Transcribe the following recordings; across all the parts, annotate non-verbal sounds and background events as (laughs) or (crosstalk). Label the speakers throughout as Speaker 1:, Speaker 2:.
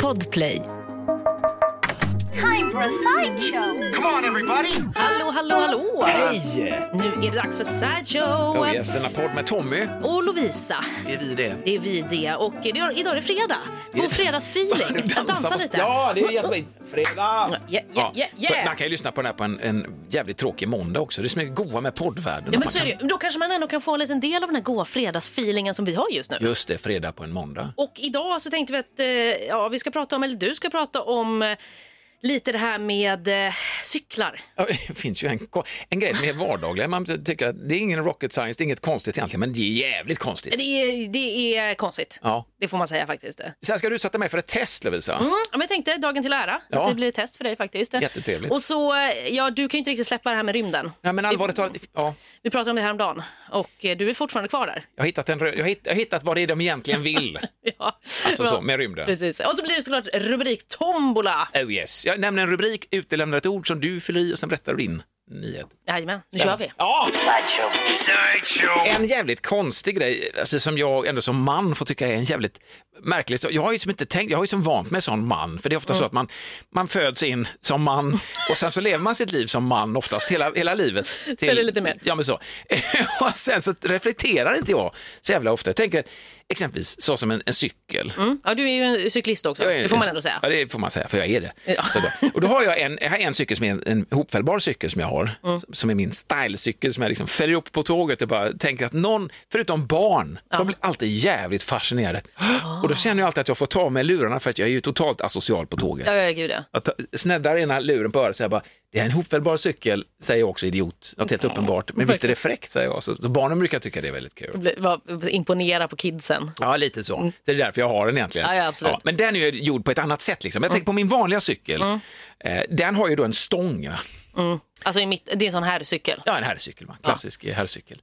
Speaker 1: Podplay.
Speaker 2: Time for a sideshow.
Speaker 3: Come on, everybody!
Speaker 1: Hallå, hallå, hallå!
Speaker 3: Hej!
Speaker 1: Nu är det dags för Sideshow!
Speaker 3: Oh yes, denna podd med Tommy.
Speaker 1: Och Lovisa,
Speaker 3: Är vi det?
Speaker 1: det är vi det. Och det är, idag är det fredag. God fredagsfeeling.
Speaker 3: Dansa
Speaker 1: Dansa
Speaker 3: fast-
Speaker 1: lite.
Speaker 3: Ja, det är jättefint. Fredag!
Speaker 1: Ja, ja, ja, ja.
Speaker 3: Man kan ju lyssna på den här på en, en jävligt tråkig måndag också. Det är som är goa med poddvärlden.
Speaker 1: Ja,
Speaker 3: att
Speaker 1: men
Speaker 3: man
Speaker 1: så är det. ju. Då kanske man ändå kan få en liten del av den här goa fredagsfeelingen som vi har just nu.
Speaker 3: kan- Just det, fredag på en måndag.
Speaker 1: Och idag så tänkte vi att eh, ja, vi ska prata om, eller du ska prata om eh, lite det här med eh, cyklar.
Speaker 3: Ja, Det finns ju en, ko- en grej som är vardaglig. Man tycker att det är ingen rocket science, det är inget konstigt egentligen, men det är jävligt konstigt.
Speaker 1: Det är, det är konstigt.
Speaker 3: Ja.
Speaker 1: Det får man säga faktiskt. Mm.
Speaker 3: Sen ska du utsätta mig för ett test, Lovisa.
Speaker 1: Ja, Mm, men jag tänkte dagen till ära,
Speaker 3: Ja.
Speaker 1: att det blir ett test för dig faktiskt.
Speaker 3: Jättetrevligt.
Speaker 1: Och så, eh, ja du kan ju inte riktigt släppa det här med rymden.
Speaker 3: Ja, men allvarligt talat, ja,
Speaker 1: Vi pratade om det här om dagen och eh, du är fortfarande kvar där. (laughs)
Speaker 3: jag har hittat, en, rö- jag har hitt- jag har hittat vad det är de egentligen vill.
Speaker 1: Ja.
Speaker 3: Alltså
Speaker 1: Ja,
Speaker 3: så, med rymden.
Speaker 1: Precis. Och så blir det såklart rubrik tombola.
Speaker 3: Oh yes. Jag nämner en rubrik, utelämnar ett ord som du fyller i och sen berättar du din nyhet.
Speaker 1: Jajamän, nu kör vi.
Speaker 3: Ja! En jävligt konstig grej, alltså som jag ändå som man får tycka är en jävligt märklig sak. Jag har ju som inte tänkt, jag har ju som vant mig som man, för det är
Speaker 1: Mm.
Speaker 3: ofta så att man, man föds in som man och sen så lever man sitt liv som man oftast hela,
Speaker 1: (laughs)
Speaker 3: hela livet.
Speaker 1: Säg det lite mer.
Speaker 3: Ja men så. (laughs) och sen så reflekterar inte jag så jävla ofta. Jag tänker exempelvis så som en, en cykel.
Speaker 1: Mm. Ja, du är ju en cyklist också,
Speaker 3: Jag är-
Speaker 1: det får man ändå säga.
Speaker 3: Ja, det får man säga, för jag är det. Så bra. Och då har jag en, jag har en cykel som är en, en hopfällbar cykel som jag har,
Speaker 1: Mm.
Speaker 3: som- som är min stylecykel som jag liksom fäller upp på tåget och bara tänker att någon, förutom barn, de blir alltid jävligt fascinerade.
Speaker 1: Ah.
Speaker 3: Och då känner jag alltid att jag får ta med lurarna för att jag är ju totalt asocial på tåget.
Speaker 1: Ja, ja, gud ja.
Speaker 3: Jag tar- sneddar ena luren på örat och säger bara, det är en hopfällbar cykel, säger jag också idiot. Något helt uppenbart. Men visst är det fräckt, säger jag. Så, så barnen brukar tycka det är väldigt kul.
Speaker 1: Bli- vara- Imponera på kidsen.
Speaker 3: Ja, lite så. Så det är därför jag har den egentligen.
Speaker 1: Mm. Ja, ja, absolut. Mm.
Speaker 3: men den är ju gjord på ett annat sätt. Liksom. Jag tänker på min vanliga cykel. Eh, den har ju då en stång. va?
Speaker 1: Alltså i mitt, det är en sån här cykel.
Speaker 3: Ja, en herrcykel. va? Klassisk ja. herrcykel.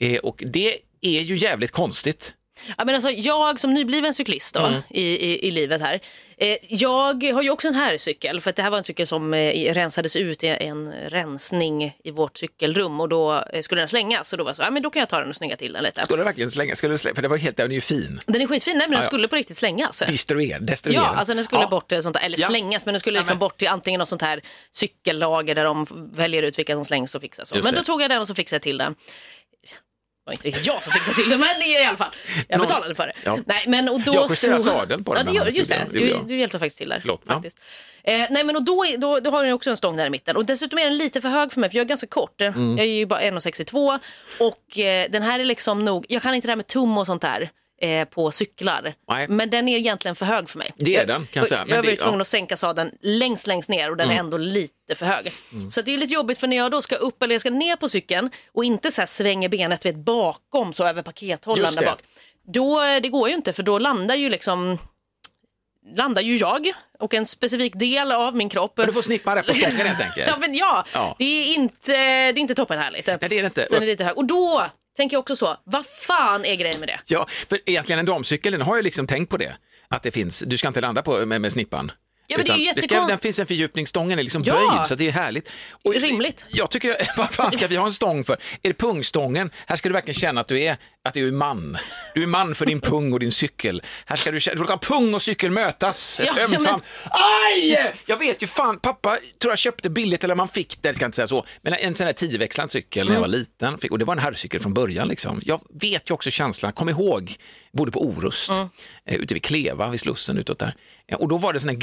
Speaker 3: Eh, och det är ju jävligt konstigt.
Speaker 1: Ja, men alltså, jag som nybliven cyklist då,
Speaker 3: Mm.
Speaker 1: i, i, i livet här, eh, jag har ju också en här cykel för att det här var en cykel som eh, rensades ut i en rensning i vårt cykelrum och då eh, skulle den slängas och då var jag så, ja, men då kan jag ta den och snygga till den lite.
Speaker 3: Skulle du verkligen slänga? Skulle du slänga? För det var helt, den är ju fin.
Speaker 1: Den är skitfin, nej men den
Speaker 3: Ja, ja.
Speaker 1: skulle på riktigt slängas.
Speaker 3: Destruer, destruera.
Speaker 1: Ja, alltså den skulle
Speaker 3: Ja.
Speaker 1: bort till sånt där, eller
Speaker 3: Ja.
Speaker 1: slängas, men den skulle liksom bort till antingen något sånt här cykellager där de väljer ut vilka som slängs och fixas.
Speaker 3: Just
Speaker 1: Men
Speaker 3: det.
Speaker 1: då tog jag den och så fixade jag till den. Det var inte riktigt jag som fixade till den, men i alla fall. Jag
Speaker 3: Någon-
Speaker 1: betalade för det.
Speaker 3: Ja.
Speaker 1: Nej, men, och då
Speaker 3: Jag justerade
Speaker 1: slog-
Speaker 3: sadeln på den
Speaker 1: Ja,
Speaker 3: när
Speaker 1: det, gör-
Speaker 3: man
Speaker 1: just
Speaker 3: gjorde
Speaker 1: det.
Speaker 3: den. Det
Speaker 1: Du,
Speaker 3: gjorde jag.
Speaker 1: du hjälpte faktiskt till där.
Speaker 3: Förlåt, ja.
Speaker 1: Faktiskt. Eh, nej, men och då, är- då, då har den också en stång där i mitten. Och dessutom är den lite för hög för mig, för jag är ganska kort. Eh,
Speaker 3: Mm.
Speaker 1: Jag är ju bara 1,62 och eh, den här är liksom nog, jag kan inte det här med tum och sånt där eh, på cyklar.
Speaker 3: Nej.
Speaker 1: Men den är egentligen för hög för mig.
Speaker 3: Det är den, kan jag säga. Men
Speaker 1: Jag var ju
Speaker 3: det-
Speaker 1: tvungen
Speaker 3: ja. Mm.
Speaker 1: att sänka sadeln längst, längst ner och den är ändå lite för hög. Så det är lite jobbigt för när jag då ska upp eller jag ska ner på cykeln och inte så här svänger benet vet, bakom så över pakethållaren
Speaker 3: Just
Speaker 1: där
Speaker 3: det.
Speaker 1: bak. Då, eh, det går ju inte för då landar ju liksom landar ju jag och en specifik del av min kropp.
Speaker 3: Men du får
Speaker 1: (laughs)
Speaker 3: snippa det på stången helt enkelt.
Speaker 1: ja, men ja,
Speaker 3: Ja.
Speaker 1: Det, är inte, det är inte toppen härligt.
Speaker 3: Nej, det är det inte.
Speaker 1: Sen är det lite hög. Och då tänker jag också så, vad fan är grejen med det?
Speaker 3: (laughs) Ja, för egentligen en damcykel, den har jag liksom tänkt på det. Att det finns, du ska inte landa på med, med snippan.
Speaker 1: Ja, men det är ju
Speaker 3: Utan ska,
Speaker 1: jättekon-
Speaker 3: den finns en fördjupning, stången är liksom
Speaker 1: Ja.
Speaker 3: böjd så det är härligt. Och
Speaker 1: Rimligt.
Speaker 3: Jag tycker, (laughs) vad fan ska vi ha en stång för? Är det pungstången? Här ska du verkligen känna att du är, att du är man. Du är man för din pung och din cykel. Här ska du känna, låta pung och cykel mötas. Ett
Speaker 1: Ja,
Speaker 3: ömt
Speaker 1: men-
Speaker 3: famn. Aj! Jag vet ju fan, pappa tror jag köpte billigt eller man fick det, jag ska inte säga så. Men en sån här tioväxlad cykel när jag
Speaker 1: Mm.
Speaker 3: var liten, fick, och det var en herrcykel från början. Liksom. Jag vet ju också känslan, kom ihåg, bodde på Orust,
Speaker 1: Mm.
Speaker 3: eh, ute vid Kleva, vid Slussen utåt där. Eh, Och då var det sån här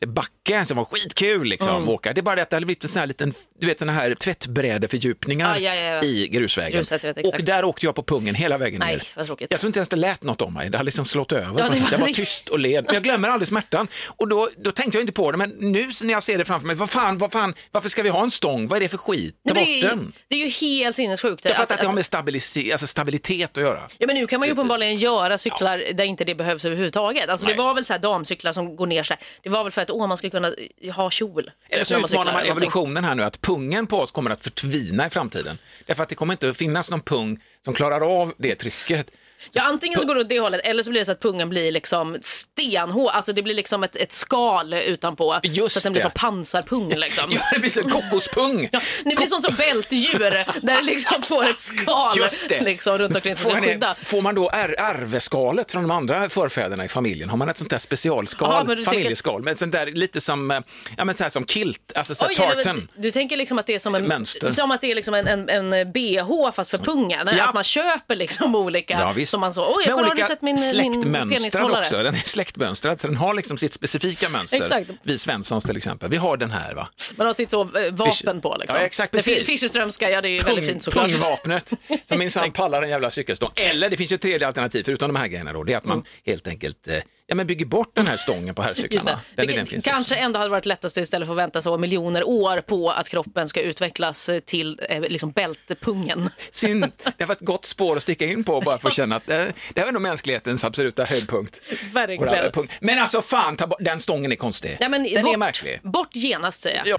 Speaker 3: grusbacke som var skitkul liksom,
Speaker 1: Mm.
Speaker 3: att åka. Det är bara det att det hade blivit en sån här liten, du vet såna här tvättbrädefördjupningar
Speaker 1: Ah, ja, ja, ja.
Speaker 3: i grusvägen.
Speaker 1: Gruset, jag vet
Speaker 3: och
Speaker 1: exakt.
Speaker 3: där åkte jag på pungen hela vägen
Speaker 1: Nej,
Speaker 3: ner.
Speaker 1: vad tråkigt.
Speaker 3: Jag tror inte ens det lät något om mig, det hade liksom slått över.
Speaker 1: Ja, det var-
Speaker 3: Jag var tyst och led. Men jag glömmer aldrig smärtan. Och då, då tänkte jag inte på det, men nu när jag ser det framför mig, vad fan, vad fan, varför ska vi ha en stång? Vad är det för skit? Ta
Speaker 1: Nej,
Speaker 3: bort
Speaker 1: men det, är ju,
Speaker 3: den.
Speaker 1: det är ju helt sinnessjukt.
Speaker 3: Jag fattar att det har med stabilis- alltså stabilitet att göra.
Speaker 1: Ja, men nu kan man ju uppenbarligen göra cyklar där inte det behövs överhuvudtaget. Alltså, det
Speaker 3: Nej.
Speaker 1: var väl så här damcyklar som går ner så här. Det var väl för att åh, man skulle kunna eh, ha kjol.
Speaker 3: Eller så
Speaker 1: när cyklar
Speaker 3: utmanar man
Speaker 1: eller någonting.
Speaker 3: evolutionen här nu, att pungen på oss kommer att förtvina i framtiden. Därför att det kommer inte att finnas någon pung som klarar av det trycket.
Speaker 1: Ja, antingen så går det åt det hållet eller så blir det så att pungen blir liksom stenhård, alltså det blir liksom ett, ett skal utanpå.
Speaker 3: Just
Speaker 1: så att den blir
Speaker 3: det.
Speaker 1: som pansarpung liksom.
Speaker 3: Ja, det blir så kokospung.
Speaker 1: Ja, det blir sånt som bältdjur där det liksom får ett skal
Speaker 3: Just det.
Speaker 1: liksom, runt omkring som ska
Speaker 3: Frågan är,
Speaker 1: skydda.
Speaker 3: får man då är, ärveskalet från de andra förfäderna i familjen? Har man ett sånt där specialskal,
Speaker 1: Ja, men du tänker-
Speaker 3: familjeskal, med ett sånt där lite som, eh, ja, men så här som kilt, alltså så här
Speaker 1: Oj,
Speaker 3: tartan.
Speaker 1: eller Du, du tänker liksom att det är som en,
Speaker 3: Mönster.
Speaker 1: som att det är liksom en, en, en bh fast för pungar.
Speaker 3: Ja.
Speaker 1: Att man köper liksom olika.
Speaker 3: Ja, visst.
Speaker 1: Som man så, oj, jag
Speaker 3: Med
Speaker 1: kolla, har du
Speaker 3: olika
Speaker 1: sett min, min
Speaker 3: släktmönster
Speaker 1: penishållare?
Speaker 3: också. Den är släktmönstrad, så den har liksom sitt specifika mönster.
Speaker 1: Exakt.
Speaker 3: Vi Svenssons till exempel, vi har den här va?
Speaker 1: Man har sitt så, eh, vapen på liksom.
Speaker 3: Ja, exakt,
Speaker 1: Det fin-
Speaker 3: precis.
Speaker 1: Fischerströmska, ja det är ju väldigt
Speaker 3: Pung-
Speaker 1: fint såklart.
Speaker 3: Pungvapnet
Speaker 1: (laughs)
Speaker 3: som minsann pallar en jävla cykelstång. Eller det finns ju ett tredje alternativ förutom de här grejerna då, det är att man helt enkelt eh, ja, men bygger bort den här stången på
Speaker 1: Mm. (laughs) Just
Speaker 3: herrcyklarna.
Speaker 1: det.
Speaker 3: Den
Speaker 1: Vilket
Speaker 3: idén finns ju.
Speaker 1: kanske ändå hade varit lättast istället för att vänta så miljoner år på att kroppen ska utvecklas eh, till eh, liksom bältepungen.
Speaker 3: Synd, det var ett gott spår att sticka in på bara för att känna att eh, det här är nog mänsklighetens absoluta höjdpunkt.
Speaker 1: Verkligen.
Speaker 3: Vår allra punkt. Men alltså fan, ta bort, den stången är konstig.
Speaker 1: Ja, men
Speaker 3: den
Speaker 1: bort,
Speaker 3: är märklig.
Speaker 1: Bort genast säger jag.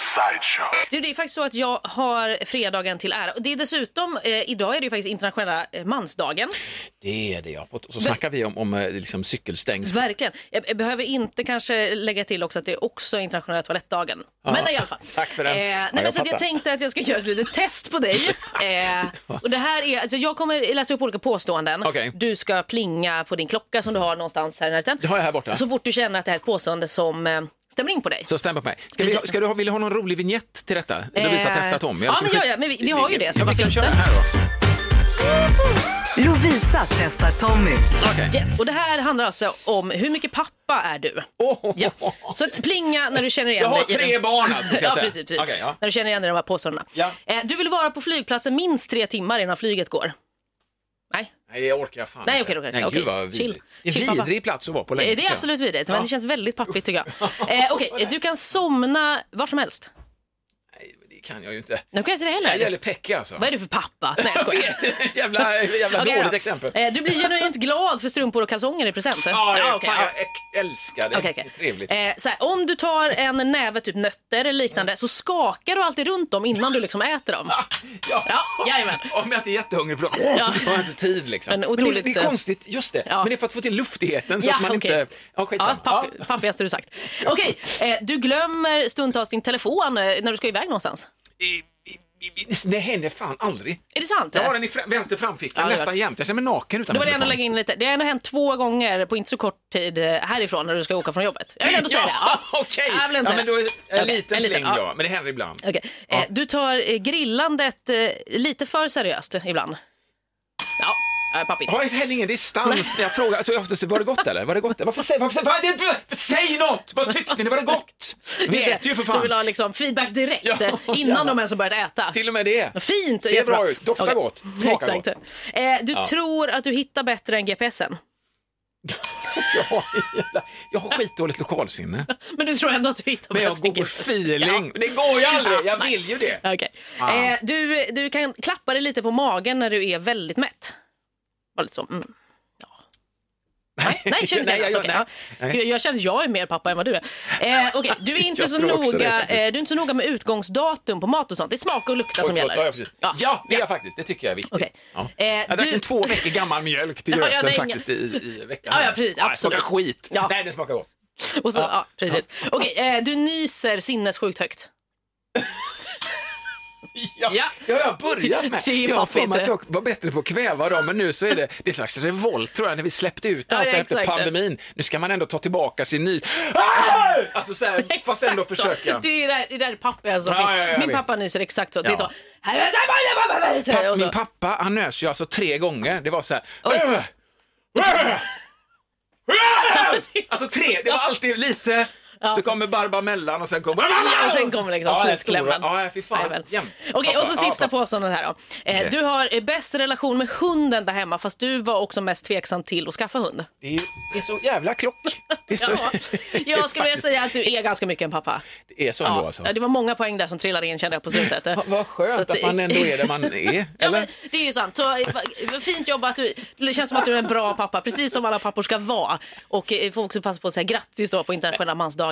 Speaker 1: Du, det är faktiskt så att jag har fredagen till ära. Och Det är dessutom, eh, idag är det ju faktiskt internationella eh, mansdagen.
Speaker 3: Det är det ja. Och så snackar vi om, om eh, liksom cykelstängs...
Speaker 1: Verkligen. Jag jag behöver inte kanske lägga till också att det är också internationella toalettdagen. Men i alla fall.
Speaker 3: Tack för den.
Speaker 1: Eh,
Speaker 3: Ja,
Speaker 1: nej,
Speaker 3: jag
Speaker 1: men så att jag
Speaker 3: fattar.
Speaker 1: tänkte att jag ska göra ett litet test på
Speaker 3: (laughs)
Speaker 1: dig. Eh, och det här är, alltså jag kommer läsa upp olika påståenden.
Speaker 3: Okej.
Speaker 1: Du ska plinga på din klocka som du har någonstans här i närheten.
Speaker 3: Det har jag här borta.
Speaker 1: Så fort du känner att det här är ett påstående som eh, stämmer in på dig.
Speaker 3: Så stämmer på mig. Ska vi,
Speaker 1: Precis.
Speaker 3: ska du ha, vill du ha någon rolig vignett till detta? Eller visa
Speaker 1: Eh,
Speaker 3: Testa Tom?
Speaker 1: ja,
Speaker 3: ska
Speaker 1: men
Speaker 3: skicka-
Speaker 1: ja, ja, men vi- vi har ju det, så
Speaker 3: liksom Ja,
Speaker 1: varför
Speaker 3: vi kan köra
Speaker 1: inte?
Speaker 3: här då.
Speaker 2: Lovisa testar Tommy.
Speaker 3: Okej.
Speaker 1: Yes, och det här handlar alltså om hur mycket pappa är du?
Speaker 3: Åh,
Speaker 1: Ja. Så att plinga när du känner igen
Speaker 3: Jag har
Speaker 1: dig i
Speaker 3: tre
Speaker 1: den-
Speaker 3: barn alltså, ska jag
Speaker 1: ja,
Speaker 3: säga.
Speaker 1: Precis, precis.
Speaker 3: Okej, ja.
Speaker 1: När du känner igen dig i de här påståendena.
Speaker 3: Ja.
Speaker 1: Eh, du vill vara på flygplatsen minst tre timmar innan flyget går. Nej,
Speaker 3: Nej, jag orkar fan
Speaker 1: Nej,
Speaker 3: inte.
Speaker 1: okej, okej,
Speaker 3: Nej,
Speaker 1: okej.
Speaker 3: gud vad
Speaker 1: Chill.
Speaker 3: vidrigt. Det är
Speaker 1: Chill,
Speaker 3: en
Speaker 1: pappa.
Speaker 3: vidrig plats att vara på länge.
Speaker 1: eh, det är
Speaker 3: tycker jag.
Speaker 1: absolut vidrigt men det känns väldigt pappigt tycker jag.
Speaker 3: (laughs)
Speaker 1: Eh, Okej, eh, du kan somna var som helst.
Speaker 3: Nej, men det kan jag ju inte.
Speaker 1: Nu kan jag inte det
Speaker 3: Det gäller
Speaker 1: heller.
Speaker 3: Pekka alltså.
Speaker 1: Vad är du för pappa? Nej, jag
Speaker 3: (laughs)
Speaker 1: skojar.
Speaker 3: Ett (laughs) jävla, jävla
Speaker 1: Okej,
Speaker 3: dåligt
Speaker 1: då.
Speaker 3: exempel.
Speaker 1: Eh, du blir genuint glad för strumpor och kalsonger i present. Ah,
Speaker 3: Ja, det,
Speaker 1: okej,
Speaker 3: fan,
Speaker 1: ja.
Speaker 3: jag äk- älskar det.
Speaker 1: Okej,
Speaker 3: Det
Speaker 1: okej.
Speaker 3: är trevligt.
Speaker 1: Eh, så här, om du tar en näve typ nötter eller liknande så skakar du alltid runt dem innan du liksom äter
Speaker 3: (laughs)
Speaker 1: dem.
Speaker 3: Ah, Ja.
Speaker 1: Ja, jajamän.
Speaker 3: Om jag inte är jättehungrig för (laughs) då
Speaker 1: Ja.
Speaker 3: har jag inte tid. Liksom.
Speaker 1: Men
Speaker 3: det,
Speaker 1: otroligt,
Speaker 3: det är
Speaker 1: eh,
Speaker 3: konstigt, just det.
Speaker 1: ja.
Speaker 3: Men det är för att få till luftigheten så att man
Speaker 1: okej.
Speaker 3: inte... Ja,
Speaker 1: ja,
Speaker 3: skitsamma.
Speaker 1: papp, Pappigaste du sagt. Okej, eh, du glömmer stundtals din telefon eh, när du ska iväg någonstans.
Speaker 3: I, i, i, det händer fan aldrig.
Speaker 1: Är det sant?
Speaker 3: Jag har den i fram, vänster framficka
Speaker 1: Ja, det gör
Speaker 3: nästan
Speaker 1: det.
Speaker 3: jämt. Jag känner mig naken utan
Speaker 1: Då vill jag
Speaker 3: telefon.
Speaker 1: ändå lägga in lite. Det har ändå hänt två gånger på inte så kort tid eh, härifrån när du ska åka från jobbet. Jag vill ändå säga det.
Speaker 3: Ja, (laughs) okej.
Speaker 1: Jag vill ändå
Speaker 3: Ja,
Speaker 1: säga
Speaker 3: men då är det en
Speaker 1: Okej,
Speaker 3: liten
Speaker 1: en liten,
Speaker 3: pling
Speaker 1: ja.
Speaker 3: då. Men det händer ibland.
Speaker 1: Okej. Eh, du tar eh, grillandet eh, lite för seriöst ibland. Ja, ja, eh, pappigt.
Speaker 3: Jag har heller ingen distans när jag frågar. Alltså, oftast, var det gott eller? Var det gott? Varför säger varför, varför, det är inte- Säg något! Vad tyckte ni? Var
Speaker 1: (laughs)
Speaker 3: det gott? Vi äter ju för
Speaker 1: Du vill
Speaker 3: fan.
Speaker 1: ha liksom feedback direkt
Speaker 3: Ja,
Speaker 1: eh, innan
Speaker 3: gärna.
Speaker 1: de ens har börjat äta.
Speaker 3: Till och med det.
Speaker 1: Fint!
Speaker 3: Ser
Speaker 1: jättebra.
Speaker 3: bra ut, doftar
Speaker 1: Okej.
Speaker 3: gott, smakar
Speaker 1: Exakt.
Speaker 3: gott.
Speaker 1: Eh, du tror att du hittar bättre än GPSen.
Speaker 3: Jag har, jävla- jag har
Speaker 1: (laughs)
Speaker 3: skitdåligt lokalsinne.
Speaker 1: Men du tror ändå att du hittar
Speaker 3: Men jag
Speaker 1: bättre
Speaker 3: går
Speaker 1: än
Speaker 3: på
Speaker 1: GPS.
Speaker 3: feeling. Det går ju aldrig. Jag vill ju det.
Speaker 1: Ja, okej.
Speaker 3: Ah.
Speaker 1: eh, du, du kan klappa dig lite på magen när du är väldigt mätt. Var lite så. Mm.
Speaker 3: (laughs) Nej,
Speaker 1: Nej, känner inte
Speaker 3: jag
Speaker 1: igen
Speaker 3: gör-
Speaker 1: alltså, okej, ja. Gud, Jag känner att jag är mer pappa än vad du är. Eh, okej,
Speaker 3: (laughs)
Speaker 1: du, är inte
Speaker 3: Jag
Speaker 1: så
Speaker 3: tror också
Speaker 1: noga,
Speaker 3: det,
Speaker 1: eh,
Speaker 3: faktiskt.
Speaker 1: du är inte så noga med utgångsdatum på mat och sånt. Det är smak och lukta
Speaker 3: Oj,
Speaker 1: som
Speaker 3: förlåt.
Speaker 1: gäller.
Speaker 3: Ja, ja, precis.
Speaker 1: Ja.
Speaker 3: Ja, det är jag faktiskt. Det tycker jag är viktigt.
Speaker 1: Okej.
Speaker 3: Ja.
Speaker 1: Eh,
Speaker 3: jag drack
Speaker 1: du-
Speaker 3: en två veckor gammal mjölk till
Speaker 1: Ja, ja,
Speaker 3: gröten
Speaker 1: det är
Speaker 3: faktiskt i, i veckan.
Speaker 1: Ja, ja, precis,
Speaker 3: Nej, det smakar
Speaker 1: absolut.
Speaker 3: skit.
Speaker 1: Ja.
Speaker 3: Nej, det smakar gott.
Speaker 1: (laughs) Och så, ja. precis. Okej, eh, du nyser sinnessjukt högt.
Speaker 3: Ja,
Speaker 1: Ja.
Speaker 3: det har jag börjat med.
Speaker 1: Se,
Speaker 3: jag har för mig
Speaker 1: pappigt.
Speaker 3: att jag var bättre på att kväva dem, men nu så är det, det är en slags revolt tror jag, när vi släppte ut
Speaker 1: Ja,
Speaker 3: allt
Speaker 1: ja,
Speaker 3: det efter
Speaker 1: exakt.
Speaker 3: pandemin. Nu ska man ändå ta tillbaka sin ny... Ah! Alltså så här, fast ändå
Speaker 1: Exakt så.
Speaker 3: försöka.
Speaker 1: Det är där, det där pappa alltså.
Speaker 3: Ja, ja, ja, jag
Speaker 1: Min
Speaker 3: vet.
Speaker 1: pappa nyser exakt så. Det är
Speaker 3: Ja.
Speaker 1: så. så här,
Speaker 3: Papp,
Speaker 1: och så.
Speaker 3: min pappa, han nös ju alltså tre gånger. Det var så här... "Äh!"
Speaker 1: Oj.
Speaker 3: (laughs) Alltså tre, det var alltid lite... Så kommer Barbara mellan och sen kommer...
Speaker 1: (laughs) Och sen kommer liksom
Speaker 3: ja,
Speaker 1: slutklämmen.
Speaker 3: Ja, fy fan.
Speaker 1: Jajamän.
Speaker 3: Jämt.
Speaker 1: Okej, och så
Speaker 3: Pappa, ja,
Speaker 1: sista
Speaker 3: pappa.
Speaker 1: påståendet här då. Eh,
Speaker 3: Okej.
Speaker 1: Du har eh, bäst relation med hunden där hemma, fast du var också mest tveksam till att skaffa hund.
Speaker 3: Det är, ju, det är så jävla klock. Det är så,
Speaker 1: (laughs) Ja. Jag skulle vilja säga att du är ganska mycket en pappa.
Speaker 3: Det är så ändå alltså.
Speaker 1: Ja, det var många poäng där som trillade in kände jag på slutet.
Speaker 3: Vad- (laughs) Vad
Speaker 1: Så
Speaker 3: skönt att man ändå är
Speaker 1: (laughs)
Speaker 3: där man är.
Speaker 1: Ja,
Speaker 3: Eller?
Speaker 1: men det är ju sant. Så, eh, vad- vad fint jobbat. Du, det känns som att du är en bra pappa, precis som alla pappor ska vara. Och eh, får också passa på att säga grattis då på internationella mansdagen.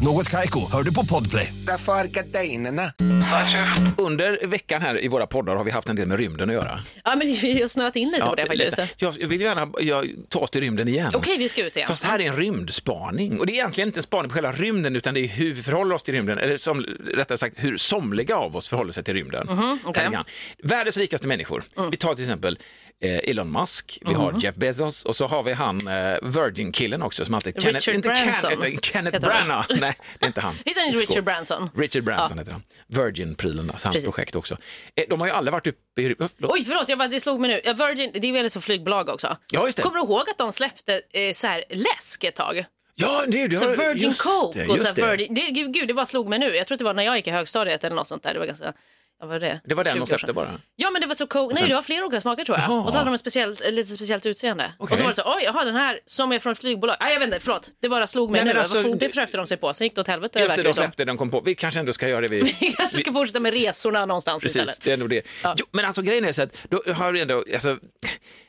Speaker 4: Något Kaiko, hör du på Podplay.
Speaker 5: Därför är gardinerna.
Speaker 3: Under veckan här i våra poddar har vi haft en del med rymden att göra.
Speaker 1: Ja, men vi har snöat in lite på det faktiskt.
Speaker 3: lite. Jag vill gärna jag, ta oss till rymden igen.
Speaker 1: Okej, vi ska ut igen.
Speaker 3: Fast här är en rymdspaning. Och det är egentligen inte en spaning på själva rymden utan det är hur vi förhåller oss till rymden. Eller som, rättare sagt hur somliga av oss förhåller sig till rymden.
Speaker 1: Mhm, okej. Mm.
Speaker 3: Lite grann. Världens rikaste människor. Vi tar till exempel eh, Elon Musk, vi
Speaker 1: Mhm.
Speaker 3: har Jeff Bezos och så har vi han eh, Virgin-killen också som alltid...
Speaker 1: Richard
Speaker 3: inte
Speaker 1: Branson.
Speaker 3: Kenneth, eh, Kenneth
Speaker 1: Heter han. (laughs)
Speaker 3: Branagh. Nej, det är inte han.
Speaker 1: Heter han
Speaker 3: Det är skål.
Speaker 1: Richard Branson?
Speaker 3: Richard Branson
Speaker 1: Ja.
Speaker 3: heter han. Virgin-prylen, alltså hans
Speaker 1: Precis.
Speaker 3: projekt också. Eh, De har ju aldrig varit uppe i rymden. Förlåt.
Speaker 1: Oj, förlåt, jag bara, det slog mig nu. Ja, Virgin, det är väl ett flygbolag också?
Speaker 3: Ja, just det.
Speaker 1: Kommer du ihåg att de släppte eh, så här läsk ett tag?
Speaker 3: Ja, det, det
Speaker 1: Så
Speaker 3: har-
Speaker 1: Virgin
Speaker 3: just
Speaker 1: Coke
Speaker 3: det,
Speaker 1: och
Speaker 3: just
Speaker 1: så
Speaker 3: det.
Speaker 1: här Virgin... Det, gud, gud, det bara slog mig nu. Jag tror att det var när jag gick i högstadiet eller något sånt där. Det var ganska... Ja, vad var det?
Speaker 3: Det var den de
Speaker 1: 20 år sedan.
Speaker 3: släppte bara.
Speaker 1: Ja men det var så Coke, nej det var flera olika smaker tror jag.
Speaker 3: Jaha.
Speaker 1: Och så hade de ett speciellt, ett lite speciellt utseende.
Speaker 3: Okej.
Speaker 1: Och så var det så, oj jaha den här som är från ett flygbolag. Nej jag vet inte, förlåt. Det bara slog mig
Speaker 3: Nej, men
Speaker 1: nu.
Speaker 3: alltså,
Speaker 1: Varför- det
Speaker 3: det-
Speaker 1: försökte de sig på, sen gick det åt helvete
Speaker 3: Just det,
Speaker 1: verkar
Speaker 3: de
Speaker 1: som.
Speaker 3: släppte den kom på. Vi kanske ändå ska göra det vi...
Speaker 1: (laughs) Vi kanske ska fortsätta med resorna någonstans
Speaker 3: Precis,
Speaker 1: istället.
Speaker 3: det är nog det.
Speaker 1: Ja.
Speaker 3: Jo, men alltså grejen är så att då har vi ändå, alltså,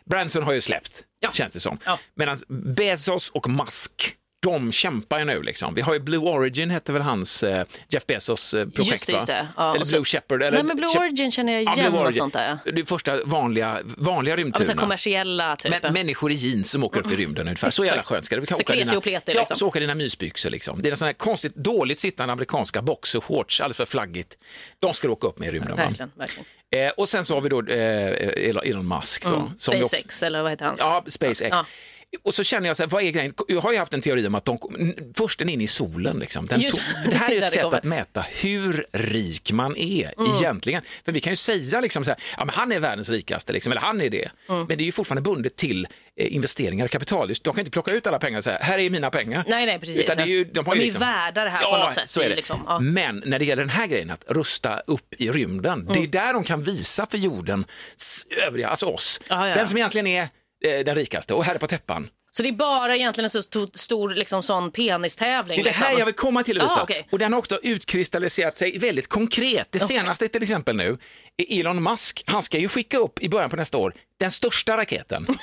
Speaker 3: Branson har ju släppt,
Speaker 1: Ja.
Speaker 3: känns det som.
Speaker 1: Ja.
Speaker 3: Medan Bezos och Musk, de kämpar ju nu liksom. Vi har ju Blue Origin hette väl hans, eh, Jeff Bezos eh, projekt
Speaker 1: Just det, just
Speaker 3: va?
Speaker 1: det. Ja,
Speaker 3: eller
Speaker 1: och så-
Speaker 3: Blue Shepard. Eller
Speaker 1: Nej men Blue
Speaker 3: Shep-
Speaker 1: Origin känner jag
Speaker 3: Ja,
Speaker 1: igen
Speaker 3: Blue
Speaker 1: och
Speaker 3: Origin.
Speaker 1: sånt där. Ja.
Speaker 3: Det är första vanliga, vanliga
Speaker 1: Ja, men så här
Speaker 3: rymdturerna.
Speaker 1: kommersiella typ. typen.
Speaker 3: Men, människor i jeans som åker upp i rymden ungefär. Så jävla
Speaker 1: Mm. Exakt.
Speaker 3: skönt ska det. Vi kan
Speaker 1: Så
Speaker 3: åka
Speaker 1: kleti
Speaker 3: dina,
Speaker 1: och pleti,
Speaker 3: ja,
Speaker 1: liksom.
Speaker 3: så åker dina mysbyxor liksom. Det är sådana här konstigt dåligt sittande amerikanska boxershorts, alldeles för flaggigt. De ska du åka upp med i rymden. va?
Speaker 1: verkligen, verkligen.
Speaker 3: Eh, och sen så har vi då eh, Elon- Elon Musk. Då,
Speaker 1: Mm.
Speaker 3: som vi också-
Speaker 1: SpaceX eller vad heter hans?
Speaker 3: Ja, SpaceX.
Speaker 1: Ja.
Speaker 3: Och så känner jag så här, vad är grejen? Jag har ju haft en teori om att de kom, n- först den in i solen. Liksom. Den
Speaker 1: Just
Speaker 3: tog,
Speaker 1: det,
Speaker 3: det här är
Speaker 1: där
Speaker 3: ett
Speaker 1: det
Speaker 3: sätt
Speaker 1: kommer. Mm.
Speaker 3: att mäta hur rik man är egentligen. För vi kan ju säga liksom så här, ja, men han är världens rikaste, liksom, eller han är det.
Speaker 1: Mm.
Speaker 3: Men det är ju fortfarande bundet till eh, investeringar och kapital. Just- De kan inte plocka ut alla pengar och säga, här är mina pengar.
Speaker 1: Nej, nej, precis.
Speaker 3: Utan det är ju, de har
Speaker 1: De
Speaker 3: ju
Speaker 1: är ju
Speaker 3: liksom...
Speaker 1: värda det här på
Speaker 3: ja,
Speaker 1: något sätt.
Speaker 3: Så
Speaker 1: Det
Speaker 3: är
Speaker 1: är
Speaker 3: det.
Speaker 1: liksom, ja.
Speaker 3: Men när det gäller den här grejen att rusta upp i rymden, det
Speaker 1: Mm.
Speaker 3: är där de kan visa för jorden s- övriga, alltså oss,
Speaker 1: Ja, ja, ja.
Speaker 3: vem som egentligen är eh, den rikaste och herre på täppan.
Speaker 1: Så det är bara egentligen en så stor, stor liksom, sån penistävling.
Speaker 3: Det är det här
Speaker 1: liksom.
Speaker 3: jag vill komma till att visa.
Speaker 1: Ah, okej.
Speaker 3: Och den har också utkristalliserat sig väldigt konkret. Det senaste till exempel nu är Elon Musk. Han ska ju skicka upp i början på nästa år den största raketen.
Speaker 1: (laughs)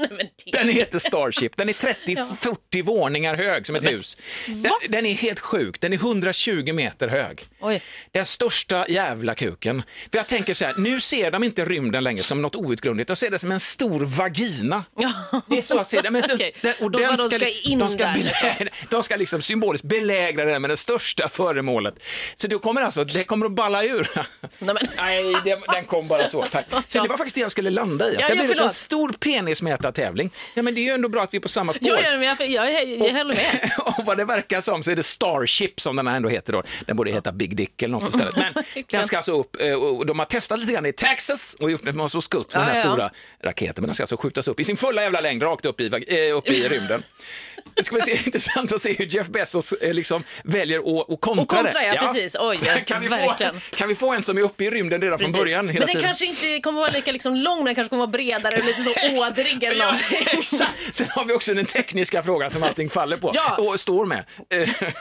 Speaker 1: Nej, men det...
Speaker 3: Den heter Starship. Den är 30-40 våningar hög som ett hus. Den, den är helt sjuk. Den är 120 meter hög.
Speaker 1: Oj.
Speaker 3: Den största jävla kuken. För jag tänker så här, nu ser de inte rymden längre som något outgrundligt. De ser det som en stor vagina.
Speaker 1: Ja.
Speaker 3: Det är så jag ser det. Men,
Speaker 1: Okej.
Speaker 3: den- och
Speaker 1: De
Speaker 3: den
Speaker 1: bara, de ska
Speaker 3: li-
Speaker 1: in
Speaker 3: de ska,
Speaker 1: där,
Speaker 3: belä- (laughs) de ska liksom symboliskt belägra den med det största föremålet. Så då kommer alltså, det kommer att balla ur.
Speaker 1: (laughs) Nej, men-
Speaker 3: Nej, det, den kom bara så.
Speaker 1: (laughs)
Speaker 3: Tack. Så det var faktiskt det jag skulle landa i. Att
Speaker 1: Ja,
Speaker 3: det har
Speaker 1: ja,
Speaker 3: blivit en
Speaker 1: förlåt.
Speaker 3: stor penismätartävling. Ja, men det är ju ändå bra att vi är på samma spår.
Speaker 1: Jo, ja, men jag, jag, jag, jag håller
Speaker 3: (laughs)
Speaker 1: med.
Speaker 3: Och vad det verkar som så är det Starship som den här ändå heter då. Den borde heta Big Dick eller något
Speaker 1: (laughs)
Speaker 3: istället. Men den ska alltså upp eh, och de har testat lite grann i Texas och gjort en massa skutt med
Speaker 1: Ja,
Speaker 3: den här
Speaker 1: ja, ja.
Speaker 3: stora raketen. Men den ska alltså skjutas upp i sin fulla jävla längd rakt upp i, eh,
Speaker 1: (laughs)
Speaker 3: upp i rymden. Det ska bli se, (laughs) intressant att se hur Jeff Bezos eh, liksom väljer att att kontra,
Speaker 1: Och kontra,
Speaker 3: det.
Speaker 1: ja, precis. Oj,
Speaker 3: (laughs) kan, vi få,
Speaker 1: verkligen.
Speaker 3: kan vi få en som är uppe i rymden redan
Speaker 1: Precis.
Speaker 3: från början
Speaker 1: men
Speaker 3: hela
Speaker 1: den
Speaker 3: tiden?
Speaker 1: kanske inte kommer vara lika liksom, lång, den kanske kommer vara bredare och
Speaker 3: (laughs)
Speaker 1: lite så ådrig eller (laughs)
Speaker 3: Ja,
Speaker 1: någonting.
Speaker 3: exakt. Sen har vi också den tekniska frågan som allting faller på
Speaker 1: Ja.
Speaker 3: och står med.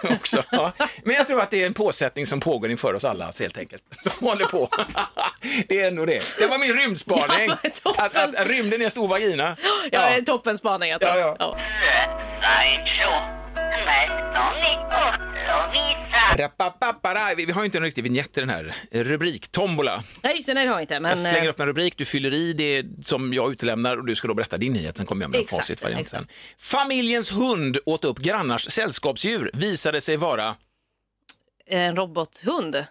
Speaker 3: Eh, (laughs) också. Ja. Men jag tror att det är en påsättning som pågår inför oss alla alltså, helt enkelt. (laughs) Som håller på. det är ändå det. Det var min rymdspaning.
Speaker 1: Ja, men toppen.
Speaker 3: att, att rymden är en stor vagina.
Speaker 1: Ja, det är toppen spaning. Jag tror.
Speaker 3: Ja, ja. Rapapapara. Vi vi har ju inte en riktig vignett i den här rubriktombola.
Speaker 1: Nej, just det, nej, det har jag inte. Men,
Speaker 3: Jag slänger
Speaker 1: eh,
Speaker 3: upp en rubrik, du fyller i det som jag utelämnar och du ska då berätta din nyhet. Sen kommer jag med en
Speaker 1: Exakt,
Speaker 3: facitvariant sen.
Speaker 1: exakt.
Speaker 3: Familjens hund åt upp grannars sällskapsdjur visade sig vara
Speaker 1: eh, en robothund. det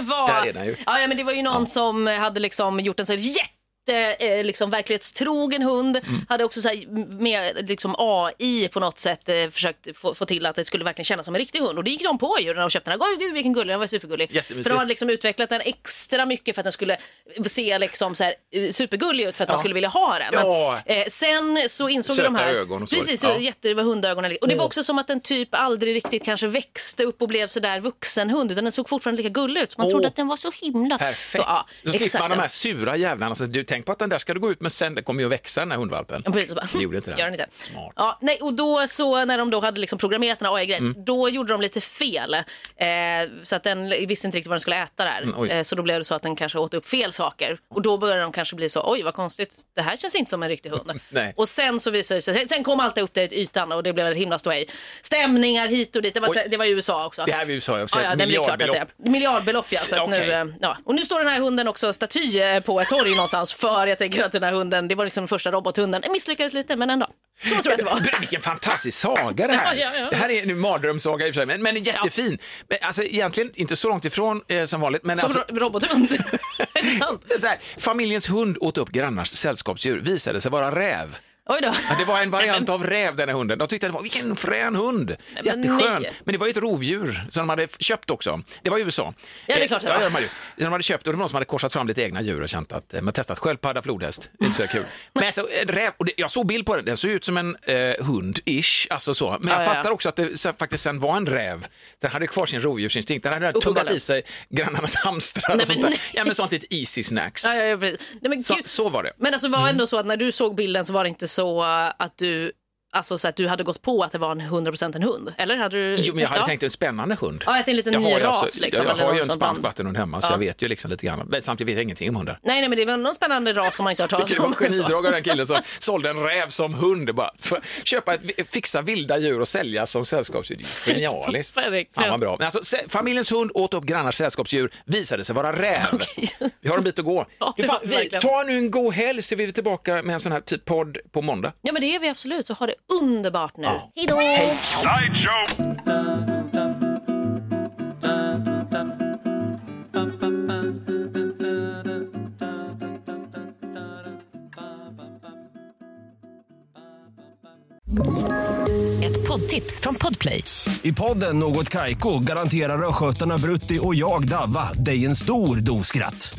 Speaker 1: var,
Speaker 3: där är den ju.
Speaker 1: Ja, ja, men det var ju någon som hade liksom gjort en så här jätte, eh, liksom verklighetstrogen hund.
Speaker 3: Mm.
Speaker 1: Hade också så här med liksom AI på något sätt eh, försökt få, få till att det skulle verkligen kännas som en riktig hund. Och det gick de på ju när de köpte den. Här. Gud vilken gullig, den var supergullig.
Speaker 3: Jättemysig.
Speaker 1: För de hade liksom utvecklat den extra mycket för att den skulle se liksom så här eh, supergullig ut för att man skulle vilja ha den.
Speaker 3: Ja.
Speaker 1: Eh, sen så insåg ju
Speaker 3: Söta
Speaker 1: de här...
Speaker 3: ögon och så.
Speaker 1: Precis,
Speaker 3: Ja.
Speaker 1: så jätte, det var hundögonen. Och det
Speaker 3: Mm.
Speaker 1: var också som att den typ aldrig riktigt kanske växte upp och blev sådär vuxenhund utan den såg fortfarande lika gullig ut. Så man
Speaker 3: Åh.
Speaker 1: trodde att den var så himla...
Speaker 3: Perfekt.
Speaker 1: Så, ja,
Speaker 3: Så slipper man
Speaker 1: exakt.
Speaker 3: de här sura jävlarna. Så du, tänk på att den där ska du gå ut med sen, den kommer ju att växa den här hundvalpen.
Speaker 1: Ja, Precis, så bara,
Speaker 3: Det gjorde inte
Speaker 1: (laughs)
Speaker 3: den.
Speaker 1: Gör den inte.
Speaker 3: Smart.
Speaker 1: Ja, nej, och då så när de då hade liksom programmerat den här AI-grejen,
Speaker 3: Mm.
Speaker 1: då gjorde de lite fel. Eh, så att den visste inte riktigt vad den skulle äta där.
Speaker 3: Mm, oj.
Speaker 1: eh, så då blev det så att den kanske åt upp fel saker. Och då började de kanske bli så, oj vad konstigt, det här känns inte som en riktig hund.
Speaker 3: (laughs) Nej.
Speaker 1: och sen så visade det sig, sen- sen kom allt upp till ytan och det blev ett himla ståhej. Stämningar hit och dit, det
Speaker 3: Oj.
Speaker 1: var, det var i USA också.
Speaker 3: Det här var i USA också,
Speaker 1: ja, ja,
Speaker 3: ett
Speaker 1: nej, men det är klart
Speaker 3: miljardbelopp.
Speaker 1: Att det är, miljardbelopp ja. Så att
Speaker 3: Okej.
Speaker 1: nu, eh, ja. Och nu står den här hunden också staty eh, på ett torg någonstans för jag tänker att den här hunden, det var liksom den första robothunden, Den misslyckades lite men ändå. Så tror jag att det var.
Speaker 3: Vilken fantastisk saga det här.
Speaker 1: (laughs) Ja, ja, ja.
Speaker 3: Det här är en mardrömssaga i och för sig, men, men en jättefin. Men, alltså, egentligen inte så långt ifrån eh, som vanligt, men
Speaker 1: Som
Speaker 3: (laughs) alltså,
Speaker 1: ro- robothund. (laughs) är det sant?
Speaker 3: så här, familjens hund åt upp grannars sällskapsdjur, visade sig vara räv.
Speaker 1: Oj då.
Speaker 3: Ja, Det var
Speaker 1: (laughs)
Speaker 3: en variant av räv den här hunden. De tyckte att det var, vilken frän hund,
Speaker 1: men
Speaker 3: jätteskön.
Speaker 1: nej.
Speaker 3: Men det var ju ett rovdjur som de hade f- köpt också. Det var i USA.
Speaker 1: Ja, det är
Speaker 3: Eh,
Speaker 1: klart det
Speaker 3: ja,
Speaker 1: var.
Speaker 3: de hade, ju- de hade köpt och det var någon som hade korsat fram lite egna djur och känt att eh, man testat sköldpadda, flodhäst, inte
Speaker 1: (laughs)
Speaker 3: så kul. Men alltså, en räv, och det, jag såg bild på den, den såg ut som en eh, hund-ish, alltså så. Men jag
Speaker 1: Ja, ja, ja.
Speaker 3: fattar också att det sen, faktiskt sen var en räv. Den hade kvar sin rovdjursinstinkt, den hade tuggat
Speaker 1: Uppenbarligen.
Speaker 3: i sig grannarnas hamstrar
Speaker 1: Nej,
Speaker 3: och sånt
Speaker 1: men
Speaker 3: där.
Speaker 1: nej.
Speaker 3: Ja, men sånt i ett easy snacks.
Speaker 1: Ja, ja, ja, precis. Nej, men,
Speaker 3: Så-
Speaker 1: gud.
Speaker 3: så Mm. var det.
Speaker 1: Men alltså var det ändå så att när du såg bilden så var det inte så eh, att du, alltså, så att du hade gått på att det var en 100% en hund? Eller hade du?
Speaker 3: Jo, men jag hade
Speaker 1: ja.
Speaker 3: tänkt en spännande hund.
Speaker 1: Ja, att en liten
Speaker 3: Jag har
Speaker 1: ny
Speaker 3: ju
Speaker 1: ras,
Speaker 3: alltså-
Speaker 1: liksom,
Speaker 3: Jag,
Speaker 1: eller
Speaker 3: jag har
Speaker 1: någon
Speaker 3: ju en
Speaker 1: sån
Speaker 3: spansk
Speaker 1: band.
Speaker 3: vattenhund hemma, så jag vet ju liksom lite grann. Men samtidigt vet jag ingenting om hundar.
Speaker 1: Nej, nej, men det var någon spännande ras som man inte har hört
Speaker 3: Jag tycker
Speaker 1: talas (laughs)
Speaker 3: det var
Speaker 1: om.
Speaker 3: ett genidrag av den killen som sålde en räv som hund. Det Bara, för, köpa ett, fixa vilda djur och sälja som sällskapsdjur. Det är ju
Speaker 1: (laughs)
Speaker 3: Genialiskt.
Speaker 1: Verkligen.
Speaker 3: Fan vad bra. Men alltså, sä- familjens hund åt upp grannars sällskapsdjur, visade sig
Speaker 1: (laughs)
Speaker 3: vara räv. Vi har en bit att gå.
Speaker 1: Ja, det
Speaker 3: Fan,
Speaker 1: har vi
Speaker 3: vi,
Speaker 1: verkligen.
Speaker 3: ta nu en god helg så är vi tillbaka med en sån här typ podd på måndag.
Speaker 1: Ja, men det är vi absolut, så ha det underbart nu. Hej då!
Speaker 2: Ett poddtips från Podplay.
Speaker 4: I podden Något Kaiko garanterar östgötarna Brutti och jag, Davva, dig en stor dos skratt.